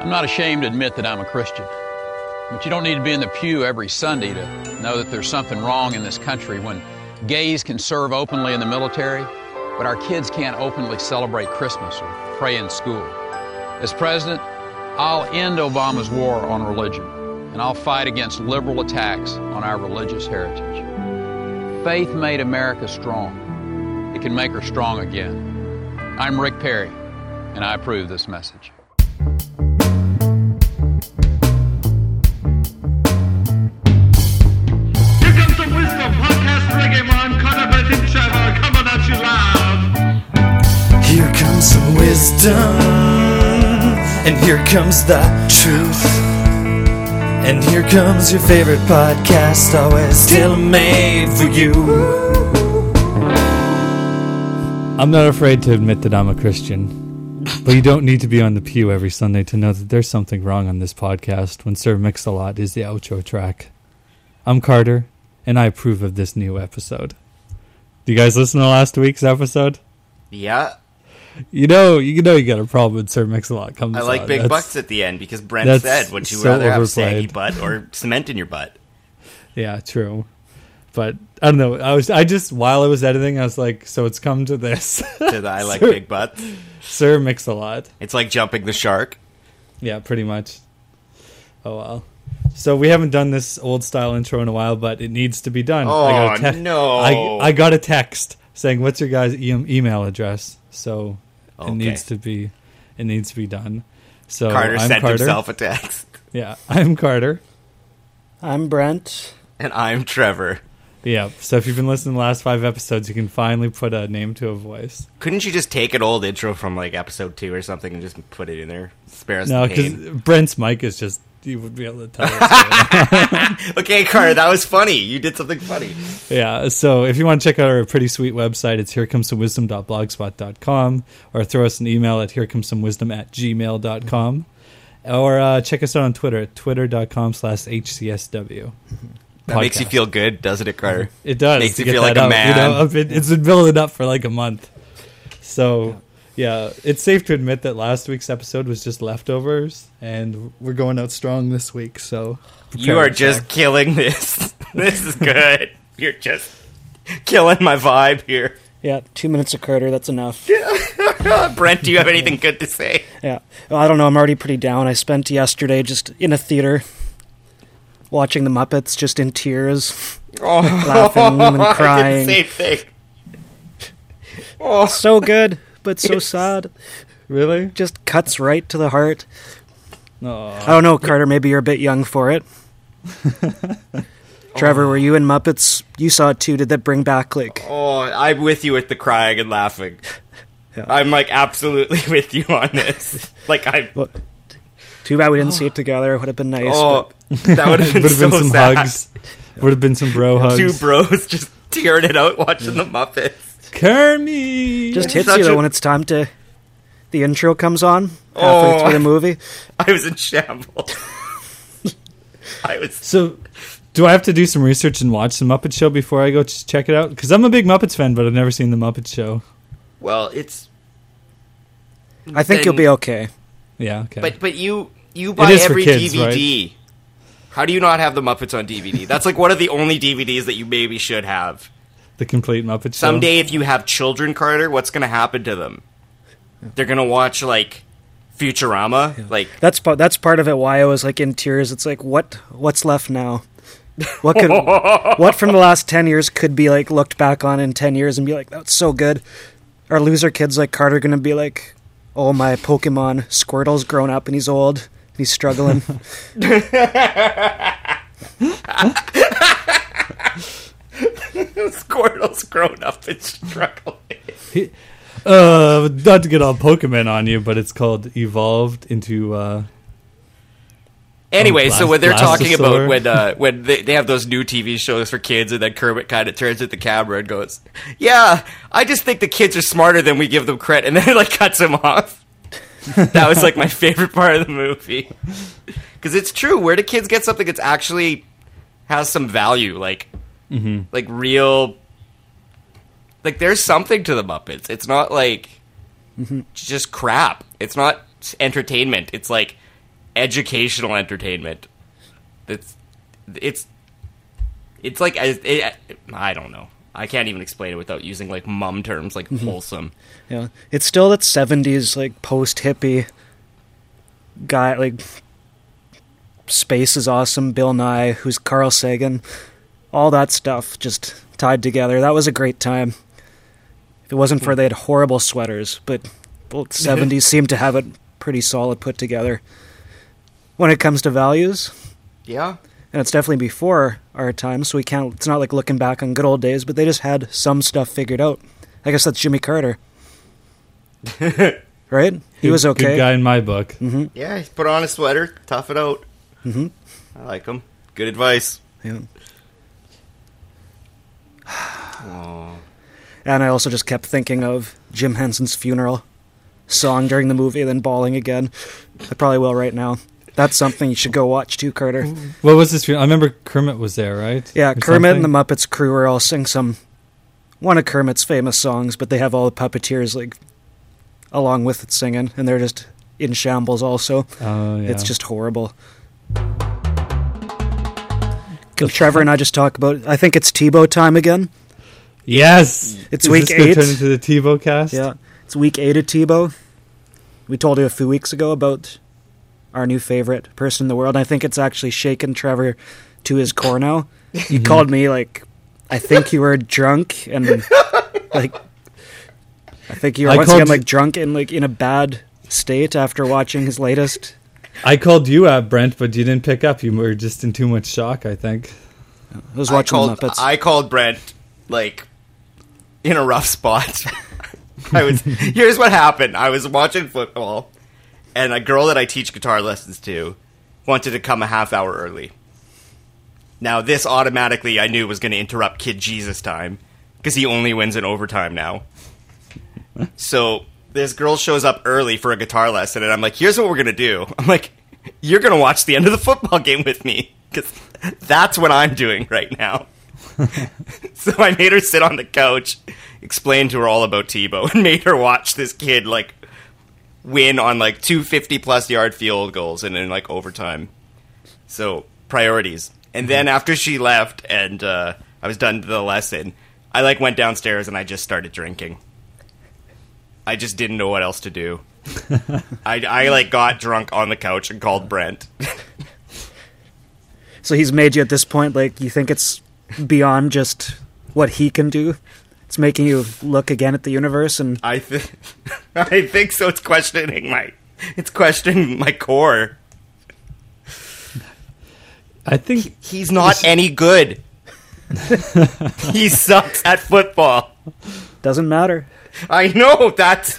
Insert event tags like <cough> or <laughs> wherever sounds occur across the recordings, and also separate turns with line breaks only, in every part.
I'm not ashamed to admit that I'm a Christian, but you don't need to be in the pew every Sunday to know that there's something wrong in this country when gays can serve openly in the military, but our kids can't openly celebrate Christmas or pray in school. As president, I'll end Obama's war on religion, and I'll fight against liberal attacks on our religious heritage. Faith made America strong. It can make her strong again. I'm Rick Perry, and I approve this message.
Here comes some wisdom, and here comes the truth. And here comes your favorite podcast, always still made for you.
I'm not afraid to admit that I'm a Christian, but you don't need to be on the pew every Sunday to know that there's something wrong on this podcast when Sir Mix-a-Lot is the outro track. I'm Carter, and I approve of this new episode. Do you guys listen to last week's episode?
Yeah.
You know, you know, you got a problem when Sir Mix-a-Lot comes.
I like
on.
big
That's-
bucks at the end because Brent
that's
said, "Would you
so
rather have
overplayed.
sandy butt
<laughs>
or cement in your butt?"
Yeah, true. But I don't know. I was, I just while I was editing, I was like, so it's come to this. <laughs>
To the I like big butts.
Sir Mix-a-Lot.
It's like jumping the shark.
Yeah, pretty much. Oh well. So we haven't done this old style intro in a while, but it needs to be done.
Oh, no.
I, I got a text saying, "What's your guys' e- email address?" So
Okay.
it needs to be it needs to be done. So
Carter
Oh, I'm
sent
Carter.
himself a text,
Yeah, <laughs> I'm Carter.
I'm Brent.
<laughs> and I'm Trevor.
Yeah. So if you've been listening to the last five episodes, you can finally put a name to a voice.
Couldn't you just take an old intro from like episode two or something and just put it in there? Spare us
No,
the
because
pain.
Brent's mic is just you would be able to tell. <laughs> us.
Okay, Carter, that was funny. You did something funny.
Yeah, so if you want to check out our pretty sweet website, it's herecomesomewisdom.blogspot.com or throw us an email at herecomesomewisdom at gmail.com or uh, check us out on Twitter at twitter.com slash HCSW.
That makes you
Podcast.
feel good, doesn't it,
<laughs>
Carter?
It does.
Makes you
get
feel like
that
a
out,
man.
You know, I've been- it's been building up for like a month. So, yeah, it's safe to admit that last week's episode was just leftovers and we're going out strong this week. So,
You are just killing this. <laughs> This
<laughs>
is good. You're just killing my vibe here. Uh,
Yeah, two minutes of Carter. That's enough.
Brent, do you have anything good to say?
Yeah. Well, I don't know. I'm already pretty down. I spent yesterday just in a theater watching the Muppets, just
<laughs>
in tears, laughing and
I did
crying.
the same thing.
So good, but so sad.
really?
Just cuts right to the heart.
No.
I don't know, Carter. Maybe you're a bit young
<laughs>
for it. Trevor, were you in Muppets? You saw it too. Did that bring back like?
Oh, I'm with you with the crying and laughing. I'm like absolutely <laughs> with you on this. Like I,
Well, too bad we
<sighs>
didn't see it together. It would have been nice. but-
oh, that would
<laughs>
have been,
would have been
so
some
sad.
hugs. Would have been some bro hugs.
Two bros just tearing it out watching the Muppets.
Kermit.
just
It's
hits
such
you though
a-
when it's time to the intro comes on halfway
Oh.
through the movie.
I was in
<laughs>
shambles. I was.
so, do I have to do some research and watch the Muppet Show before I go ch- check it out? Because I'm a big Muppets fan, but I've never seen the Muppet Show.
Well, it's
I think you'll
Then-
be okay.
Yeah, okay.
But but you you buy
is for
every
kids,
DVD. How do you not have the Muppets on DVD? That's like one of the only DVDs that you maybe should have.
the complete Muppet Show.
Someday, if you have children, Carter, what's going to happen to them? They're going to watch like Futurama. Like <laughs>
That's part. That's part of it. Why I was like in tears. It's like what what's left now. What could what from the last ten years could be like looked back on in ten years and be like that's so good. Are loser kids like Carter going to be like, oh my Pokemon Squirtle's grown up and he's old and he's struggling.
Squirtle's grown up and struggling.
Uh, not to get all Pokemon on you, but it's called Evolved into. Uh,
Anyway, so when they're
Blast-
talking
Blastosaur.
about when uh, when they, they have those new TV shows for kids, and then Kermit kind of turns at the camera and goes, "Yeah, I just think the kids are smarter than we give them credit," and then it like cuts him off. <laughs> that was like my favorite part of the movie because it's true. Where do kids get something that's actually has some value, like like real? Like there's something to the Muppets. It's not like just crap. It's not entertainment. It's like educational entertainment. That's it's it's like it, it, I don't know. I can't even explain it without using like mum terms like wholesome.
Yeah, it's still that seventies like post hippie guy. Like space is awesome. Bill Nye, who's Carl Sagan, all that stuff just tied together. That was a great time. If it wasn't for they had horrible sweaters, but both seventies seem to have it pretty solid put together. When it comes to values,
Yeah.
and it's definitely before our time, so we can't. It's not like looking back on good old days, but they just had some stuff figured out. I guess that's Jimmy
<laughs>
Carter, right? He
Good-
was okay. Mm-hmm.
Good guy in my book.
Yeah, he put on a sweater, tough it out. Mm-hmm. I like him. Good advice.
Yeah. And I also just kept thinking of Jim Henson's funeral song during the movie, then bawling again. I probably will right now. That's something you should go watch too, Carter.
What was this? I remember Kermit was there, right?
Yeah,
Or
Kermit and the
something?
Muppets crew are all sing some one of Kermit's famous songs, but they have all the puppeteers like along with it singing, and they're just in shambles. Also,
Oh, yeah.
it's just horrible.
The
Trevor and I just talk about. I think it's Tebow time again.
Yes,
It's
Is
week
this gonna
eight.
Turn into the TiVo cast.
Yeah, it's week eight of Tebow. We told you a few weeks ago about our new favorite person in the world. I think it's actually shaken Trevor to his core now.
Mm-hmm.
You called me like, I think you were drunk and like, I think you were
I
once
called
again like
you-
drunk and like in a bad state after watching his latest.
I called you out, Brent, but you didn't pick up. You were just in too much shock, I think.
I was watching
I called,
the Muppets.
I called Brent like in a rough spot. <laughs> I was here's what happened. I was watching football, and a girl that I teach guitar lessons to wanted to come a half hour early. Now this automatically I knew was going to interrupt Kid Jesus time because he only wins in overtime now. so this girl shows up early for a guitar lesson, and I'm like, "Here's what we're going to do." <laughs> I'm like, "You're going to watch the end of the football game with me because that's what I'm doing right now." <laughs> So I made her sit on the couch, explained to her all about Tebow, <laughs> and made her watch this kid like win on like two fifty plus yard field goals and then like overtime. So priorities. And then after she left and uh, I was done with the lesson, I like went downstairs and I just started drinking. I just didn't know what else to
<laughs>
do. I, I like got drunk on the couch and called Brent.
so he's made you at this point like you think it's beyond just what he can do. It's making you look again at the universe and
I th- <laughs> I think so. It's questioning my it's questioning my core.
I think
He's not any
<laughs>
good. he sucks at football.
doesn't matter.
I know that.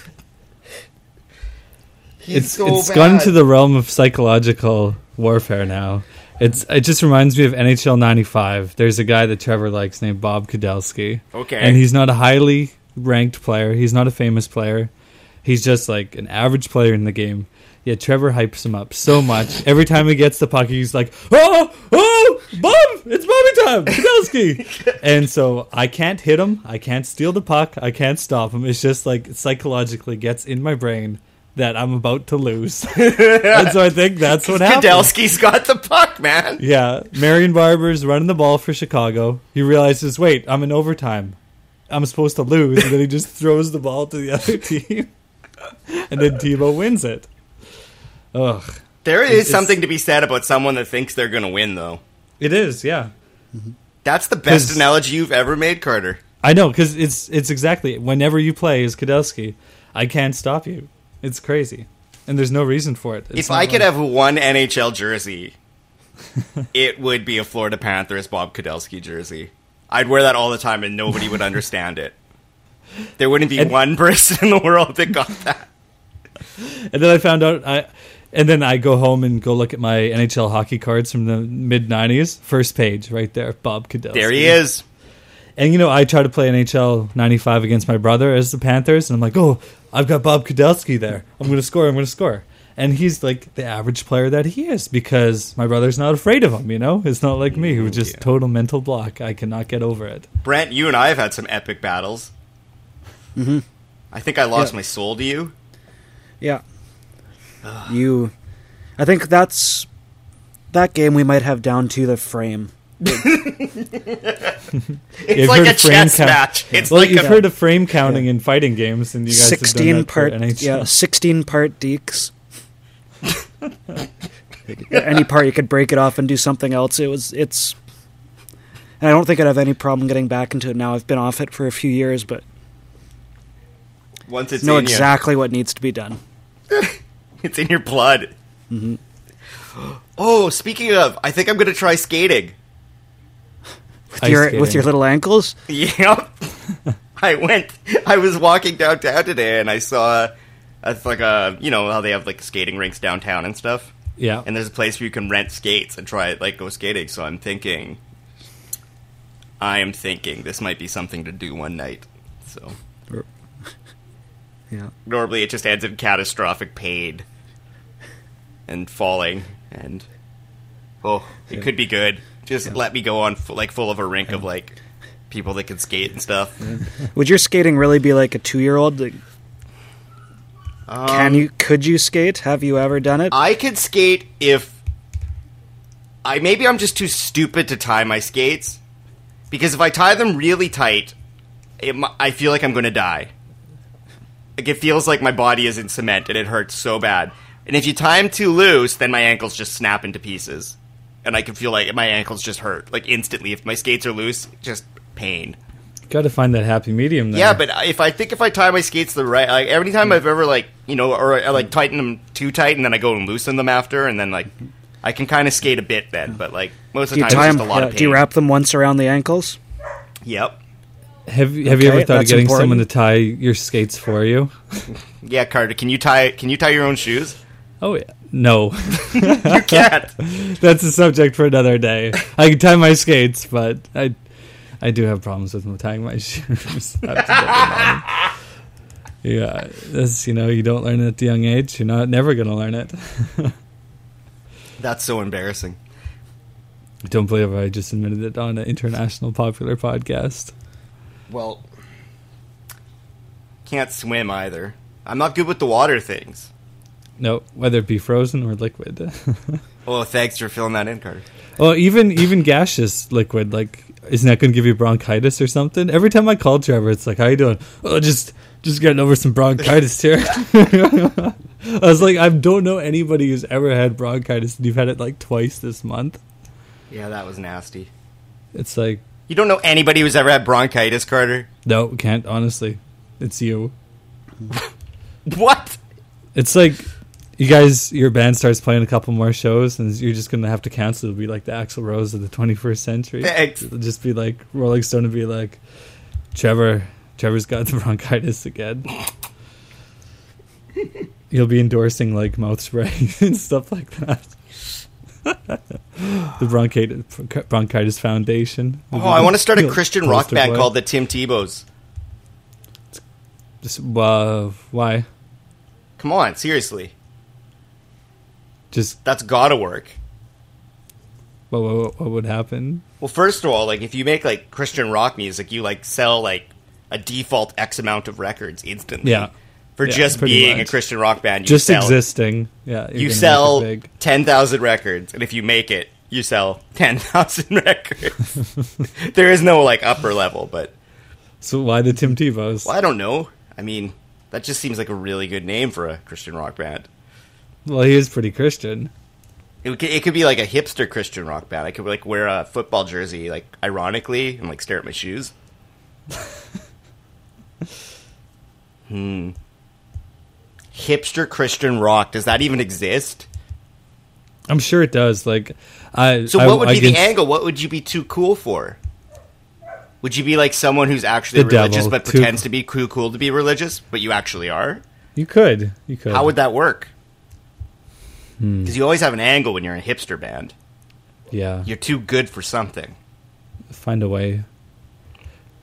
He's
it's it's gone to the realm of psychological warfare now. It's it just reminds me of NHL '95. There's a guy that Trevor likes named Bob Kudelski.
Okay.
and he's not a highly ranked player. He's not a famous player. He's just like an average player in the game. Yet Trevor hypes him up so much. Every time he gets the puck, he's like, "Oh, oh, Bob! It's Bobby time, Kudelski!" and so I can't hit him. I can't steal the puck. I can't stop him. It's just like psychologically gets in my brain that I'm about to lose. <laughs> and so I think that's what happened.
Kadelski's got the puck, man.
Yeah, Marion Barber's running the ball for Chicago. He realizes, wait, I'm in overtime. I'm supposed to lose, and then he just throws the ball to the other <laughs> team, and then Tebow wins it. Ugh,
There is
It's-
something to be said about someone that thinks they're going to win, though.
it is. Yeah,
That's the best
'Cause-
analogy you've ever made, Carter.
I know because it's it's exactly whenever you play as Kadelski, I can't stop you. It's crazy, and there's no reason for it. It's
If
not
I could
like-
have one NHL jersey, <laughs> it would be a Florida Panthers Bob Kudelski jersey. I'd wear that all the time, and nobody would understand it. There wouldn't be one person in the world that got
<laughs>
that.
and then I found out I. And then I go home and go look at my NHL hockey cards from the mid '90s. First page, right there, Bob Kadelski.
There he is.
And you know, I try to play NHL '95 against my brother as the Panthers, and I'm like, "Oh, I've got Bob Kudelski there. I'm going to score. I'm going to score." And he's like the average player that he is because my brother's not afraid of him. You know, it's not like me who just total mental block. I cannot get over it.
Brent, you and I have had some epic battles. Mm-hmm. I think I lost
Yeah.
my soul to you.
Yeah. you I think that's that game we might have down to the frame.
It's
You've
like
heard
a
of frame
chess
count-
match. It's
Well,
like
you've
a,
heard of frame counting in fighting games, and you guys have done
sixteen
that for
part,
NHL.
yeah, sixteen part deeks. <laughs> any part you could break it off and do something else. It was it's. And I don't think I'd have any problem getting back into it now. I've been off it for a few years, but
once it's
know
in you.
exactly what needs to be done.
It's in your <laughs> blood.
Mm-hmm.
<gasps> Oh, speaking of, I think I'm gonna try skating.
Ice
your, with
skating.
your little ankles.
Yep. I went. I was walking downtown today, and I saw. It's like a you know how they have like skating rinks downtown and stuff.
yeah.
And there's a place where you can rent skates and try like go skating. So I'm thinking. I am thinking this might be something to do one night. So
Yeah.
normally it just ends in catastrophic pain and falling and oh it could be good just let me go on f- like full of a rink of like people that can skate and stuff
Would your skating really be like a two-year-old? Like,
Um,
can you? Could you skate? Have you ever done it?
i could skate if i maybe i'm just too stupid to tie my skates because if i tie them really tight it, mi- i feel like i'm gonna die like it feels like my body is in cement and it hurts so bad and if you tie them too loose then my ankles just snap into pieces and i can feel like my ankles just hurt like instantly if my skates are loose just pain
Got to find that happy medium. There.
yeah,
Uh-huh.
but if I think if I tie my skates the right, like every time I've ever like you know, or I like
Hmm.
tighten them too tight, and then I go and loosen them after, and then like I can kind of skate a bit then, but like most of
do
the time
you tie
it's just a
them?
lot of
yeah,
pain.
do you wrap them once around the ankles?
Yep.
have you- have you
Okay,
ever thought of
that's
getting
important.
someone to tie your skates for you?
Yeah, Carter, can you tie? Can you tie your own
<laughs>
shoes?
Oh yeah, no.
You can't.
That's a subject for another day. I can tie my skates, but I I do have problems with tying my <laughs> shoes. I have to get them on. yeah, this you know you don't learn it at a young age. You're not never gonna learn it.
That's so embarrassing.
I don't believe I just admitted it on an international popular podcast.
Well, can't swim either. I'm not good with the water things.
No, whether it be frozen or liquid. <laughs>
Oh, thanks for filling that in, Carter.
well, even even gaseous liquid like isn't that going to give you bronchitis or something? Every time I call Trevor, it's like, "How you doing?" Oh, just just getting over some bronchitis here. <laughs> I was like, I don't know anybody who's ever had bronchitis, and you've had it like twice this month.
Yeah, that was nasty.
It's like,
You don't know anybody who's ever had bronchitis, Carter.
no, can't honestly. It's you.
What?
It's like you guys, your band starts playing a couple more shows, and you're just gonna have to cancel. It'll be like the Axl Rose of the 21st century.
Thanks.
It'll just be like Rolling Stone and be like, Trevor, Trevor's got the <laughs>
<laughs>
bronchitis again. You'll be endorsing like mouth spray <laughs> and stuff like that. <laughs> the bronchitis, bronchitis Foundation.
Oh, I want to start a
You'll
Christian rock
poster
band
boy.
called the Tim Tebows.
Just, uh, why?
Come on, seriously.
Just
That's gotta work.
what, what, what would happen?
Well, first of all, like if you make like Christian rock music, you like sell like a default X amount of records instantly.
Yeah.
For
Yeah,
just
pretty
being
much.
a Christian rock band, you
just
sell,
existing. Yeah, you're
You
gonna
sell
make it big.
ten thousand records, and if you make it, you sell ten thousand <laughs> records. there is no like upper level, but
So why the Tim Tebow's?
well, I don't know. I mean, that just seems like a really good name for a Christian rock band.
Well, he is pretty Christian.
It could, it could be like a hipster Christian rock band. I could like wear a football jersey, like ironically, and like stare at my
<laughs>
shoes. hmm. Hipster Christian rock. Does that even exist?
I'm sure it does. Like, I
So
I-
what would
I
be
can-
the angle? What would you be too cool for? Would you be like someone who's actually
The
religious
devil.
but
Too-
pretends to be too cool to be religious, but you actually are?
You could, you could.
How would that work?
Hmm.
Because you always have an angle when you're in a hipster band.
yeah,
You're too good for something.
find a way.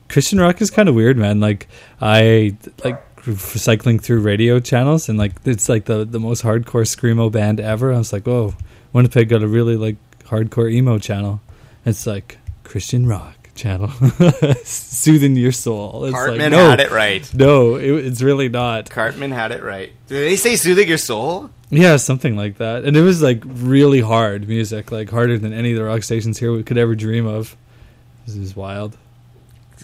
Christian rock is kind of weird, man. Like, I like cycling through radio channels, and like it's like the the most hardcore screamo band ever. I was like, whoa, Winnipeg got a really like hardcore emo channel. It's like Christian rock channel, <laughs> soothing your soul. It's like,
Cartman
no,
had it right.
No, it, it's really not.
Cartman had it right. Do they say soothing your soul?
Yeah, something like that. And it was like really hard music, like harder than any of the rock stations here we could ever dream of. This is wild.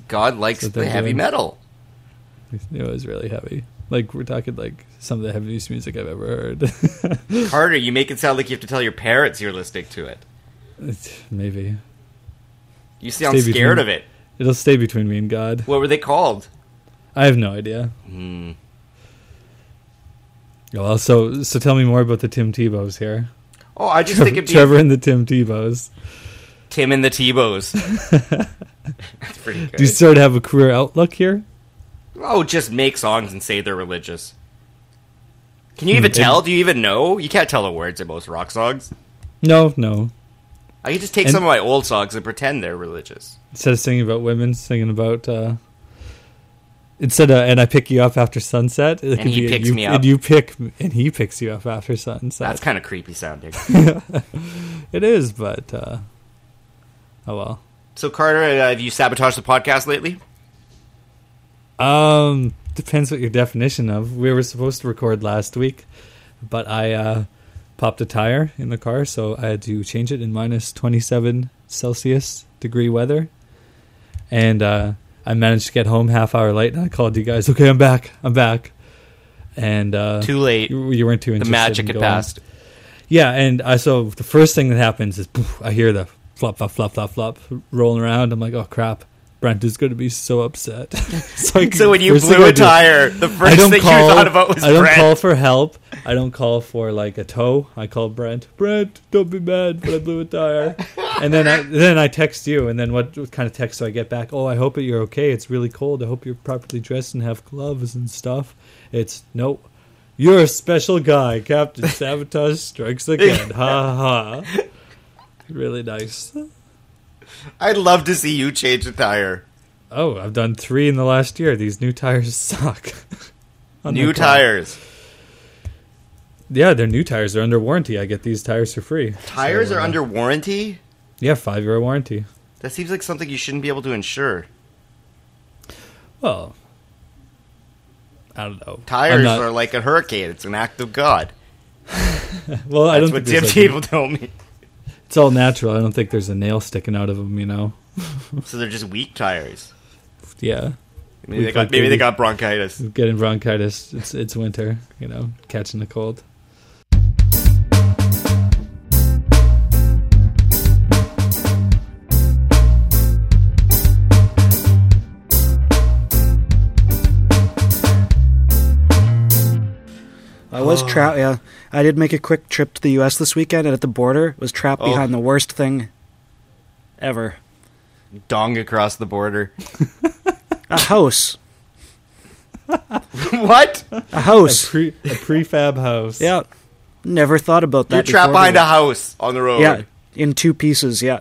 God likes
That's what
the
they're
heavy
doing.
metal.
It was really heavy. Like we're talking like some of the heaviest music I've ever heard. <laughs>
Carter, you make it sound like you have to tell your parents you're listening to it.
It's- Maybe
You sound
Stay
scared
between-
of it.
it'll stay between me and God.
What were they called?
I have no idea.
Hmm.
Oh, Well, so so tell me more about the Tim Tebows here.
Oh, I just think it'd be
<laughs> Trevor and the Tim Tebows.
Tim and the
<laughs>
Tebows. That's pretty good.
Do you sort of have a career outlook here?
Oh, just make songs and say they're religious. Can
Hmm.
you even tell? Do you even know? You can't tell the words in most rock songs.
No, no.
I can just take
And-
some of my old songs and pretend they're religious.
Instead of singing about women, singing about uh instead of and I pick you up after sunset. It
he
a
picks
you,
me up.
And you pick and he picks you up after sunset.
That's kind of creepy sounding. <laughs>
It is, but uh oh well.
so, Carter, uh, have you sabotaged the podcast lately?
Um, depends what your definition of. We were supposed to record last week, but I uh, popped a tire in the car, so I had to change it in minus 27 Celsius degree weather. And uh, I managed to get home half hour late, and I called you guys. Okay, I'm back. I'm back. And uh,
Too late.
You, you weren't too
The
interested.
magic
in
had
going.
passed.
Yeah, and I so the first thing that happens is poof, I hear the flop, flop, flop, flop, flop rolling around. I'm like, oh crap, Brent is going to be so upset. <laughs> so, I-
So when you
first thing
blew
I
a
do-
tire, the first thing you thought about was
I don't
Brent.
call for help. I don't call for like a tow. I call Brent. Brent, don't be mad, but I blew a tire. and then I then I text you. And then what, what kind of text do I get back? Oh, I hope that you're okay. It's really cold. I hope you're properly dressed and have gloves and stuff. It's no. You're a special guy, Captain Sabotage strikes again. ha ha. Really nice.
I'd love to see you change the tire.
Oh, I've done three in the last year. These new tires suck. <laughs> On
New
the car.
tires.
Yeah, they're new tires. They're under warranty. I get these tires for free.
Tires
So,
are
uh,
under warranty?
Yeah, five year warranty.
That seems like something you shouldn't be able to insure.
Well, I don't know.
Tires
I'm not-
are like a hurricane. It's an act of God.
Well, I
That's what
don't think
Tim
there's, like,
Tebow told me.
it's all natural. I don't think there's a nail sticking out of them. You know.
So they're just weak tires.
Yeah,
Maybe they
Weak
got
like
maybe they
baby.
got bronchitis.
getting bronchitis. It's it's winter. You know, catching the cold.
I
<sighs>
was trapped. Yeah, I did make a quick trip to the U.S. this weekend, and at the border was trapped
Oh.
behind the worst thing ever:
Dong across the <laughs> border.
a house.
what?
A
A,
<laughs>
house.
pre, a prefab house.
yeah. Never thought about that.
You're trapped
before,
behind
but-
a house on the road.
Yeah, in two pieces. Yeah,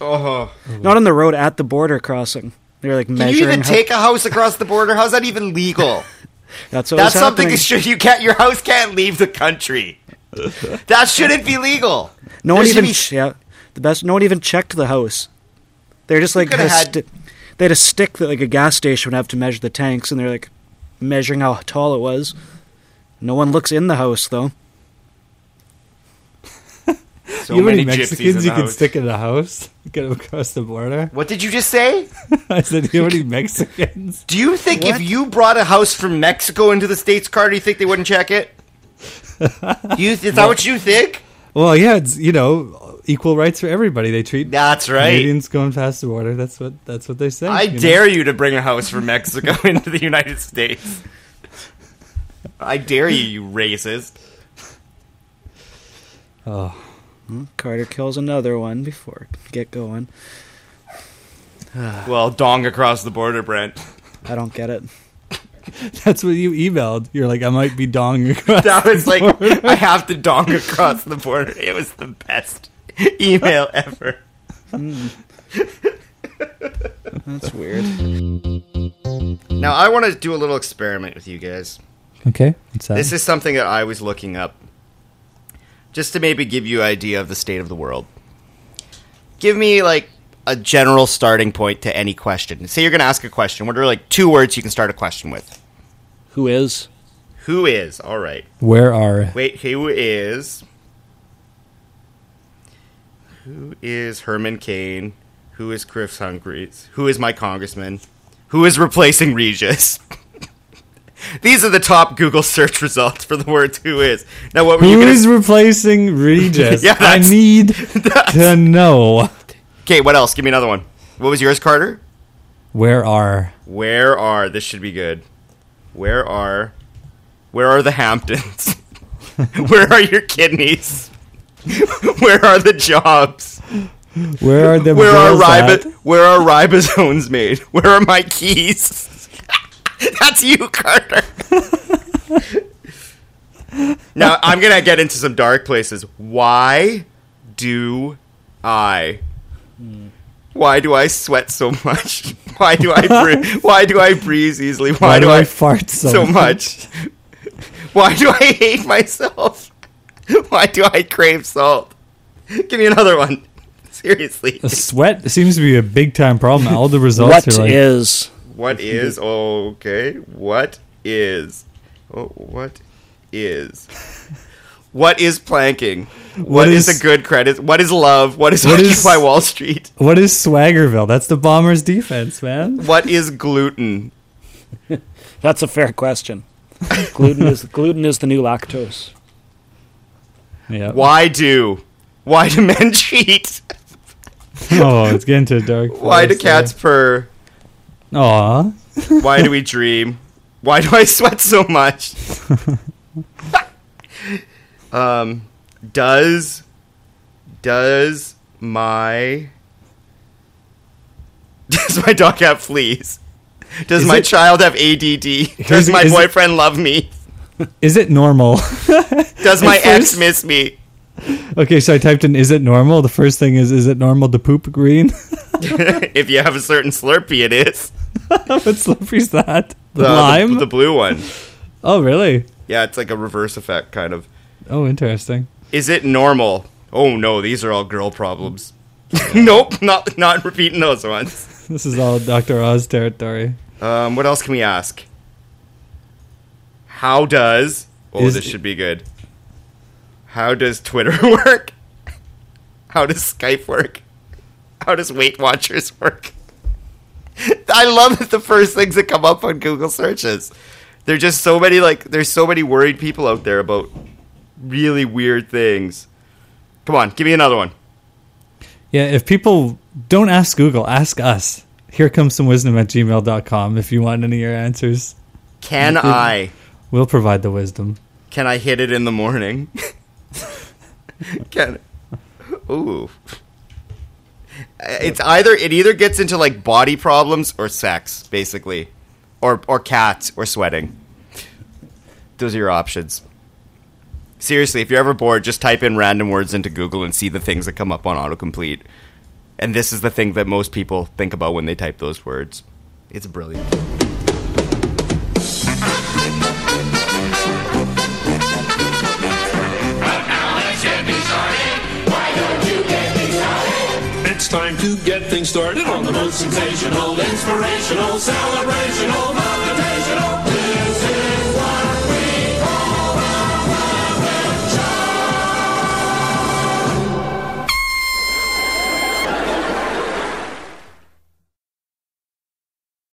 Oh.
not on the road at the border crossing. They're like
Can
measuring.
you even
how-
take a house across the border? How's that even <laughs> legal?
That's what
That's
was
something
happening.
that should you can't your house can't leave the
<laughs>
country. that shouldn't be legal. there
no one
should
even.
be-
ch- yeah, the best. No one even checked the house. They're just like
coulda
had a
had-
sti- they had a stick that like a gas station would have to measure the tanks, and they're like measuring how tall it was. No one looks in the house though.
So
You have any
many gypsies in
Mexicans
the
you can
house.
stick in a house? Get them across the border. <laughs>
What did you just say?
I said, you have <laughs> any Mexicans?
Do you think if you brought a house from Mexico into the states, Carter, you think they wouldn't check
<laughs>
it? you, is that what you think?
Well, yeah, it's you know equal rights for everybody. They treat
That's right.
Canadians going past the border. That's what that's what they say.
I
you know?
dare you to bring a house from Mexico <laughs> into the United States. I dare you, you racist.
Carter kills another one before it can get going.
Well, dong across the border, Brent.
I don't get it.
<laughs> That's what you emailed. You're like, I might be dong
<laughs>
across.
That was like, I have to dong across the border. It was the best email ever.
That's weird.
Now, I want to do a little experiment with you guys.
okay, what's that?
This is something that I was looking up just to maybe give you an idea of the state of the world. Give me like a general starting point to any question. Say you're going to ask a question. What are like two words you can start a question with?
Who is?
Who is? All right.
Where are
Wait, who is? Who is Herman Cain? Who is Chris Humphries? Who is my congressman? Who is replacing Regis? <laughs> These are the top Google search results for the words "who is." Now, what were
who
you going
is
to?
replacing Regis?
<laughs> Yeah,
I
that's-
need to know.
Okay, what else? Give me another one. What was yours, Carter?
Where are
Where are this should be good. Where are where are the Hamptons? <laughs> where are your kidneys? <laughs> where are the jobs?
where are the
Where are
bills at?
ribo- where are ribosomes made? <laughs> Where are my keys? <laughs> That's you, Carter. <laughs> now I'm gonna get into some dark places. Why do I? Why do I sweat so much? <laughs> Why do I
<laughs>
breathe? Why do I breathe easily? Why,
Why do I fart so, <laughs>
so much? <laughs> Why do I hate myself? <laughs> Why do I crave salt? <laughs> Give me another one. <laughs> Seriously.
Sweat seems to be a big time problem. All the results
What
are like
is?
What is okay? What is? Oh, what is? <laughs> What is planking? what is,
is-
a good credit? What is love? What is
What is-
Occupy Wall Street?
what is Swaggerville? That's the Bombers defense, man.
What is gluten?
That's a fair question. gluten is gluten is the new lactose.
Yeah.
Why do? Why do men <laughs> cheat?
Oh, it's getting to a
<laughs>
dark.
Why do cats purr?
Aw.
Why do we dream? Why do I <laughs> sweat so
<laughs>
much? um, does does my <laughs> does my dog have fleas? Does my
it-
child have ADD?
Here's
Does
the-
my
is it-
boyfriend love me?
Is it normal? <laughs>
Does my ex
first-
miss me? <laughs>
okay, so I typed in "Is it normal?" The first thing is, "Is it normal to poop green?" <laughs>
if you have a certain Slurpee, it is
what slippery's that? The,
Uh,
lime.
the blue one.
oh, really?
Yeah, it's like a reverse effect, kind of.
Oh, interesting.
Is it normal? Oh no, these are all girl problems. nope, not not repeating those ones.
This is all Doctor Oz territory.
Um, what else can we ask? How does? Oh,
Is-
this should be good. How does Twitter <laughs> work? How does Skype work? How does Weight Watchers work? <laughs> I love that the first things that come up on Google searches. There's just so many like there's so many worried people out there about really weird things. Come on, give me another one.
Yeah, if people don't ask Google, ask us. Here comes some wisdom at gmail.com if you want any of your answers.
Can I?
We'll provide the wisdom.
Can I hit it in the morning? <laughs> Can Ooh. It's either it either gets into like body problems or sex, basically. Or or cats or sweating. Those are your options. Seriously, if you're ever bored, just type in random words into Google and see the things that come up on autocomplete. And this is the thing that most people think about when they type those words. It's brilliant.
It's time to get things started on the most sensational, inspirational, celebrate.